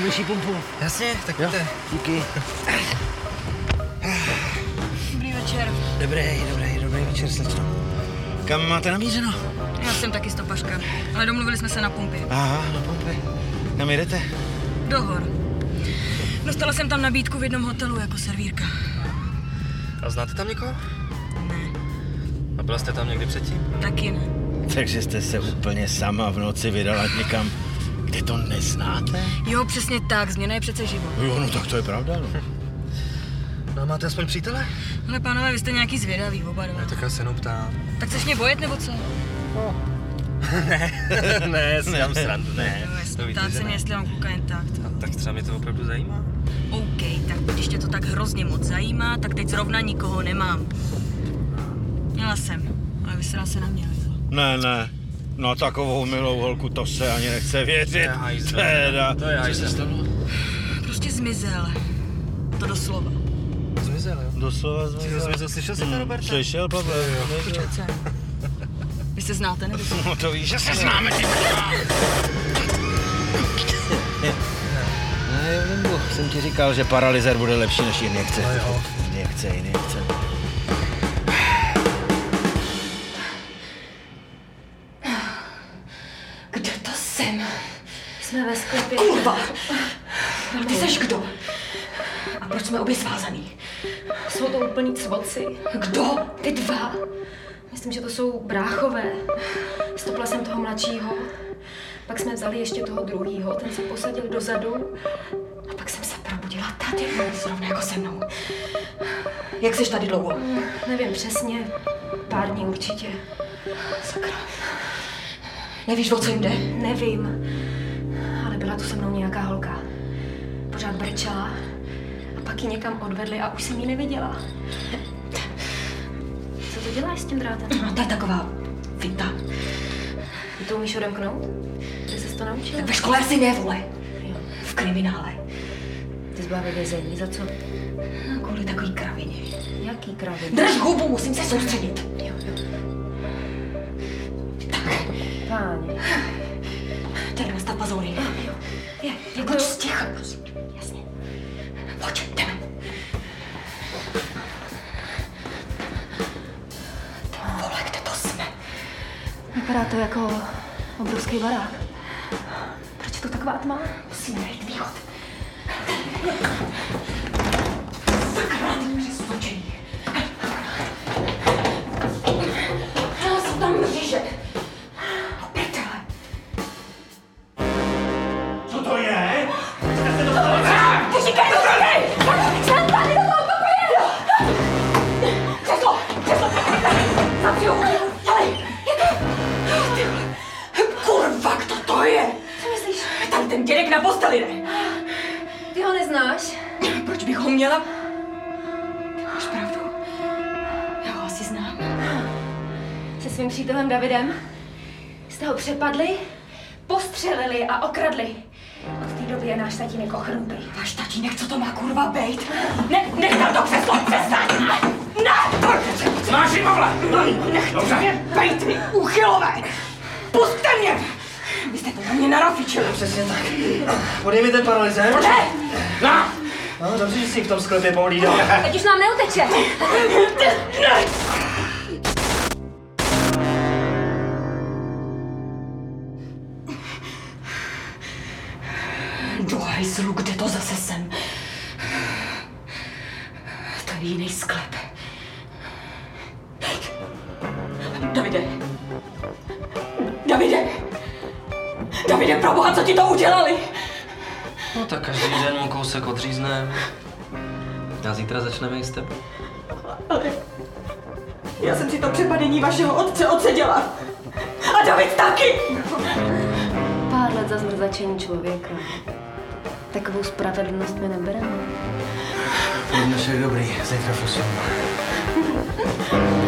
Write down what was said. slyší pumpu. Jasně, tak Jo, pojďte. díky. Dobrý večer. Dobrý, dobrý, dobrý večer, slečno. Kam máte namířeno? Já jsem taky stopařka, ale domluvili jsme se na pumpě. Aha, na pumpy. Kam jedete? Do hor. Dostala jsem tam nabídku v jednom hotelu jako servírka. A znáte tam někoho? Ne, A byla jste tam někdy předtím? taky ne. Takže jste se úplně sama v noci vydala někam, kde to neznáte? Jo, přesně tak, změna je přece život. Jo, no tak to je pravda, no. No a máte aspoň přítele? Ale pánové, vy jste nějaký zvědaví, oba dva. Ne, No, tak já se jenom ptám. Tak chceš mě bojet nebo co? ne, si dám srandu, ne. Jo, jasně, To víte, Ptám že se mě, ne. jestli mám kluka jen tak. A tak třeba mě to opravdu zajímá. OK, tak když tě to tak hrozně moc zajímá, tak teď zrovna nikoho nemám. Měla jsem, ale vysral se na mě. Lidlo. Ne, ne. No takovou milou holku to se ani nechce věřit. Teda. To je hajzl. stalo? Prostě zmizel. To doslova. Zmizel, jo? Doslova Hmm, Ty jsi zmizel, slyšel jsi to, Roberte? Slyšel, Pavle? slyšel. Přece. Vy se znáte, nebo? No to víš, že se známe, ty Ne, jo, Limbu, jsem ti říkal, že paralyzer bude lepší než injekce. No jo. Injekce, injekce. Kdo to jsem? Jsme ve sklepě. Kurva! Ale ty seš kdo? A proč jsme obě svázaný? Jsou to úplní cvoci. Kdo? Ty dva. Myslím, že to jsou bráchové. Stopla jsem toho mladšího. Pak jsme vzali ještě toho druhýho, ten se posadil dozadu. A pak jsem se probudila tady, zrovna jako se mnou. Jak seš tady dlouho? Hm, Nevím přesně, pár dní určitě. Sakra. Nevíš, o co jim jde? Nevím, ale byla tu se mnou nějaká holka. Pořád brčela a pak ji někam odvedli a už jsem ji neviděla. Co to děláš s tím drátem? No, to je taková fita. Ty to umíš odemknout? Ty jsi to naučila? Tak ve škole asi ne, vole. Jo. V kriminále. Ty jsi byla ve vězení, za co? Kvůli takový kravině. Jaký kravin? Drž hubu, musím se soustředit. Jo, jo. Páni. Tady nastav pazory. Je, Jako sticha, prosím. Jasně. Pojď, jdeme. Ty vole, kde to jsme? Vypadá to jako obrovský barák. Proč je to taková tma? Musíme najít východ. Sakra, ty jsou tam mříže. No, prdele. Co to je? Počkej, počkej! Jsem tady do toho pokoje! Křeslo, křeslo! Zapřiju, ale... Kurva, kdo to je? Co myslíš? Tam ten dědek na posteli, ne? Ty ho neznáš? Proč bych ho měla? Ty máš pravdu. Já ho asi znám. Se svým přítelem Davidem jste ho přepadli, postřelili a okradli. Od té doby je náš tatínek ochrnutý. Váš tatínek, co to má kurva bejt? Ne, nech tam to křeslo, přestaň! Ne! Máš jim ovla! Nechte mě bejt, vy úchylové! Pustte mě! Vy jste to na mě narafičili. Přesně tak. Podej mi ten paralyzer. Ne! Na! No, dobře, že jsi v tom sklepě pohlídal. Teď už nám neuteče. Do hajzlu, kde to zase jsem? To je jiný sklep. Davide! Davide! Davide, proboha, co ti to udělali? No tak každý den mu kousek odřízneme. A zítra začneme i s tebou. Já jsem si to přepadení vašeho otce odseděla. A David taky! Pár let za zmrzačení člověka. Takovou spravedlnost mi nebereme. Dnešek dobrý, zítra fusím.